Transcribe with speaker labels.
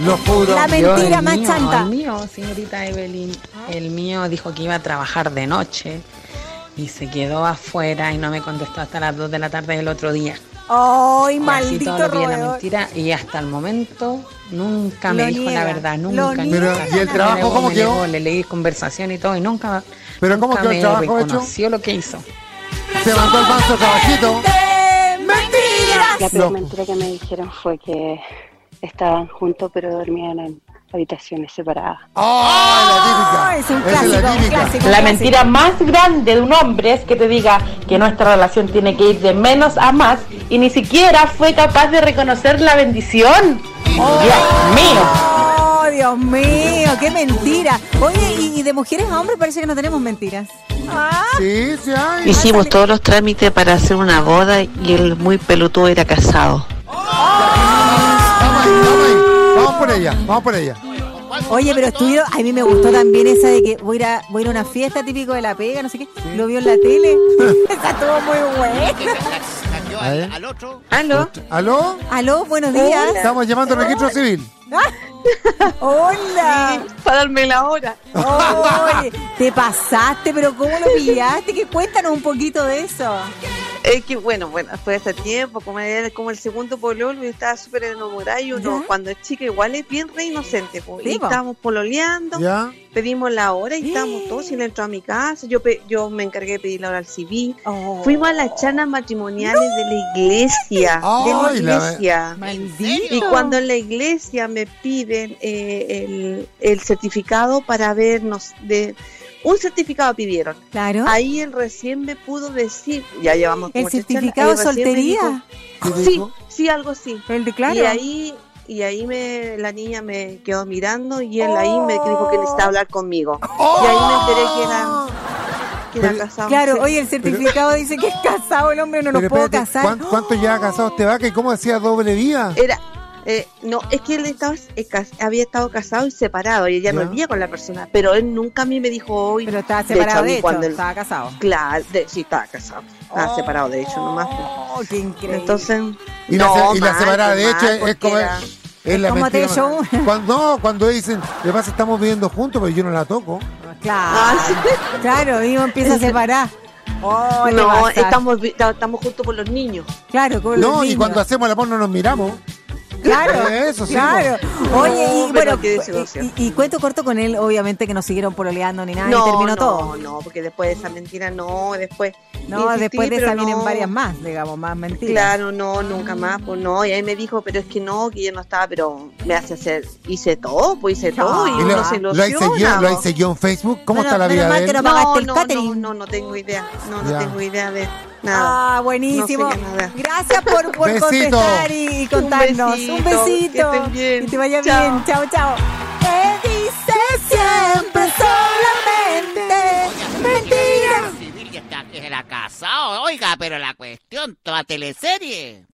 Speaker 1: Lo juro.
Speaker 2: La mentira más
Speaker 3: mío,
Speaker 2: chanta.
Speaker 3: El mío, señorita Evelyn. El mío dijo que iba a trabajar de noche y se quedó afuera y no me contestó hasta las 2 de la tarde del otro día.
Speaker 2: Ay,
Speaker 3: Y así todos
Speaker 2: maldito
Speaker 3: los días la
Speaker 2: roedor.
Speaker 3: mentira y hasta el momento nunca me
Speaker 2: Lo
Speaker 3: dijo
Speaker 2: niega,
Speaker 3: la verdad,
Speaker 2: lo
Speaker 3: nunca.
Speaker 2: niega.
Speaker 3: nunca.
Speaker 2: Pero, ¿y el
Speaker 3: Me
Speaker 1: trabajo
Speaker 3: negó,
Speaker 1: cómo
Speaker 3: me
Speaker 1: quedó?
Speaker 3: negó, Le leí conversación y todo y nunca,
Speaker 1: ¿Pero cómo
Speaker 3: nunca
Speaker 1: quedó el
Speaker 3: me
Speaker 1: trabajo hecho?
Speaker 3: reconoció lo que hizo.
Speaker 1: Se mandó el manso trabajito.
Speaker 2: Eh,
Speaker 4: La
Speaker 2: Mentiras.
Speaker 4: peor
Speaker 1: Loco.
Speaker 4: mentira que me dijeron fue que estaban juntos pero dormían en habitaciones separadas.
Speaker 1: ¡Ay, la típica!
Speaker 2: Es un
Speaker 1: Esa
Speaker 2: clásico,
Speaker 1: es la
Speaker 2: un
Speaker 1: típica.
Speaker 2: clásico.
Speaker 5: La mentira más grande de un hombre es que te diga que nuestra relación tiene que ir de menos a más y ni siquiera fue capaz de reconocer la bendición. Dios mío.
Speaker 2: Oh, Dios mío, qué mentira. Oye, y, y de mujeres a hombres parece que no tenemos mentiras. Ah,
Speaker 1: Sí, sí, ay.
Speaker 6: Hicimos todos los trámites para hacer una boda y el muy pelotudo era casado.
Speaker 1: Vamos ahí, vamos ahí. Vamos por ella, vamos por ella.
Speaker 2: Oye, pero estuvieron, a mí me gustó también esa de que voy a ir a, voy a, ir a una fiesta típico de la pega, no sé qué. Lo vio en la tele. esa estuvo muy buena.
Speaker 1: A ver.
Speaker 3: ¿Aló?
Speaker 1: ¿Aló?
Speaker 2: Aló, buenos días.
Speaker 1: Estamos llamando al registro civil.
Speaker 2: Ah, Hola.
Speaker 6: Para darme la hora.
Speaker 2: Oye, te pasaste, pero ¿cómo lo pillaste? Que cuéntanos un poquito de eso.
Speaker 6: Es que bueno, bueno, fue hace tiempo, como era como el segundo pololo, yo estaba súper enamorada y uno
Speaker 2: ¿Ya?
Speaker 6: cuando es chica igual es bien re inocente. po.
Speaker 2: Sí,
Speaker 6: y
Speaker 2: po.
Speaker 6: estábamos pololeando,
Speaker 1: ¿Ya?
Speaker 6: pedimos la hora y estábamos
Speaker 2: Eh.
Speaker 6: todos y él entró a mi casa, yo pe- yo me encargué de pedir la hora al civil.
Speaker 2: Oh,
Speaker 6: Fuimos a las chanas matrimoniales de la iglesia,
Speaker 1: Ay,
Speaker 6: de
Speaker 1: la-
Speaker 6: la iglesia.
Speaker 2: maldito.
Speaker 6: Y cuando en la iglesia me piden eh, el, el certificado para vernos, de, un certificado pidieron.
Speaker 2: Claro.
Speaker 6: Ahí él recién me pudo decir, ya llevamos
Speaker 2: El
Speaker 6: como tres charlas,
Speaker 2: certificado
Speaker 6: ahí
Speaker 2: de
Speaker 6: recién me
Speaker 2: soltería.
Speaker 1: ¿Qué
Speaker 6: dijo- sí,
Speaker 1: dijo?
Speaker 6: sí, algo así.
Speaker 2: El de claro.
Speaker 6: Y ahí, y ahí me, la niña me quedó mirando y él ahí me
Speaker 2: Oh.
Speaker 6: dijo que necesitaba hablar conmigo. Y ahí me enteré que era, que era
Speaker 1: Pero-
Speaker 6: casado.
Speaker 2: Claro,
Speaker 6: Sí.
Speaker 2: oye, el certificado dice que es casado el hombre, no lo
Speaker 1: Pero
Speaker 2: puedo
Speaker 1: espérate,
Speaker 2: casar.
Speaker 1: ¿cuán- ¿Cuánto ya casados te va? ¿Y cómo hacía doble vida?
Speaker 6: Era, eh, no, es que él estaba, eh, cas- había estado casado y separado y ella no
Speaker 1: Ya.
Speaker 6: vivía con la persona, pero él nunca a mí me dijo, hoy
Speaker 2: Pero estaba separado,
Speaker 6: a mí
Speaker 2: de hecho,
Speaker 6: cuando el-
Speaker 2: estaba casado.
Speaker 6: claro, de- sí, estaba casado, estaba separado de hecho nomás. pues.
Speaker 2: Oh, qué increíble.
Speaker 6: Entonces,
Speaker 1: Y la,
Speaker 6: no,
Speaker 1: se- y la
Speaker 6: mal,
Speaker 1: separada, de
Speaker 6: mal,
Speaker 1: hecho, es- es
Speaker 6: porque
Speaker 1: como.
Speaker 6: era-
Speaker 1: Es la
Speaker 2: pues como
Speaker 1: mentira
Speaker 2: te hizo
Speaker 1: más-
Speaker 2: una.
Speaker 1: Cuando, no, cuando dicen, de pasa estamos viviendo juntos, pero yo no la toco.
Speaker 2: Claro,
Speaker 6: Ah,
Speaker 2: claro, y uno empieza a separar. Oh, te
Speaker 6: No,
Speaker 2: pasas.
Speaker 6: estamos, vi- ta- estamos juntos por los niños.
Speaker 2: Claro, con los
Speaker 1: No, y
Speaker 2: niños.
Speaker 1: cuando hacemos el amor no nos miramos.
Speaker 2: Claro,
Speaker 1: Eso sí, pues.
Speaker 2: claro. Oye, y
Speaker 6: No, pero
Speaker 2: bueno,
Speaker 6: qué
Speaker 2: y,
Speaker 6: desilusión.
Speaker 2: y- y cuento corto con él, obviamente que no siguieron pololeando ni nada,
Speaker 6: no,
Speaker 2: y terminó
Speaker 6: no,
Speaker 2: todo.
Speaker 6: no, porque después de esa mentira, no, después.
Speaker 2: No,
Speaker 6: insistí,
Speaker 2: después de
Speaker 6: pero
Speaker 2: esa vienen
Speaker 6: no.
Speaker 2: varias más, Ah. digamos, más mentiras.
Speaker 6: Claro, no, nunca más, pues no. Y ahí me dijo, pero es que no, que yo no estaba, pero me hace hacer, hice todo, pues hice todo, y
Speaker 2: Ah,
Speaker 1: Y
Speaker 6: uno
Speaker 1: lo,
Speaker 6: se
Speaker 1: lo hice yo,
Speaker 6: ilusiona.
Speaker 1: lo
Speaker 6: po.
Speaker 1: hice yo en Facebook. ¿Cómo
Speaker 2: Menos-
Speaker 1: está la
Speaker 2: menos
Speaker 1: vida
Speaker 2: mal
Speaker 1: de
Speaker 2: que
Speaker 1: él?
Speaker 2: no- pagaste
Speaker 6: No,
Speaker 2: el
Speaker 6: no,
Speaker 2: catering.
Speaker 6: no, no, no tengo idea, no,
Speaker 1: Ya.
Speaker 6: no tengo idea de nada.
Speaker 2: Ah, buenísimo.
Speaker 6: No sé nada.
Speaker 2: Gracias por, por
Speaker 1: Besito.
Speaker 2: contestar y, y contarnos. Un besito.
Speaker 6: Un besito, que estén bien.
Speaker 2: Y te vaya
Speaker 6: Chao.
Speaker 2: bien. Chao, chao. Te dice siempre solamente mentiras.
Speaker 7: Civil que está- que era casado. Oiga, pero la cuestión, toda teleserie.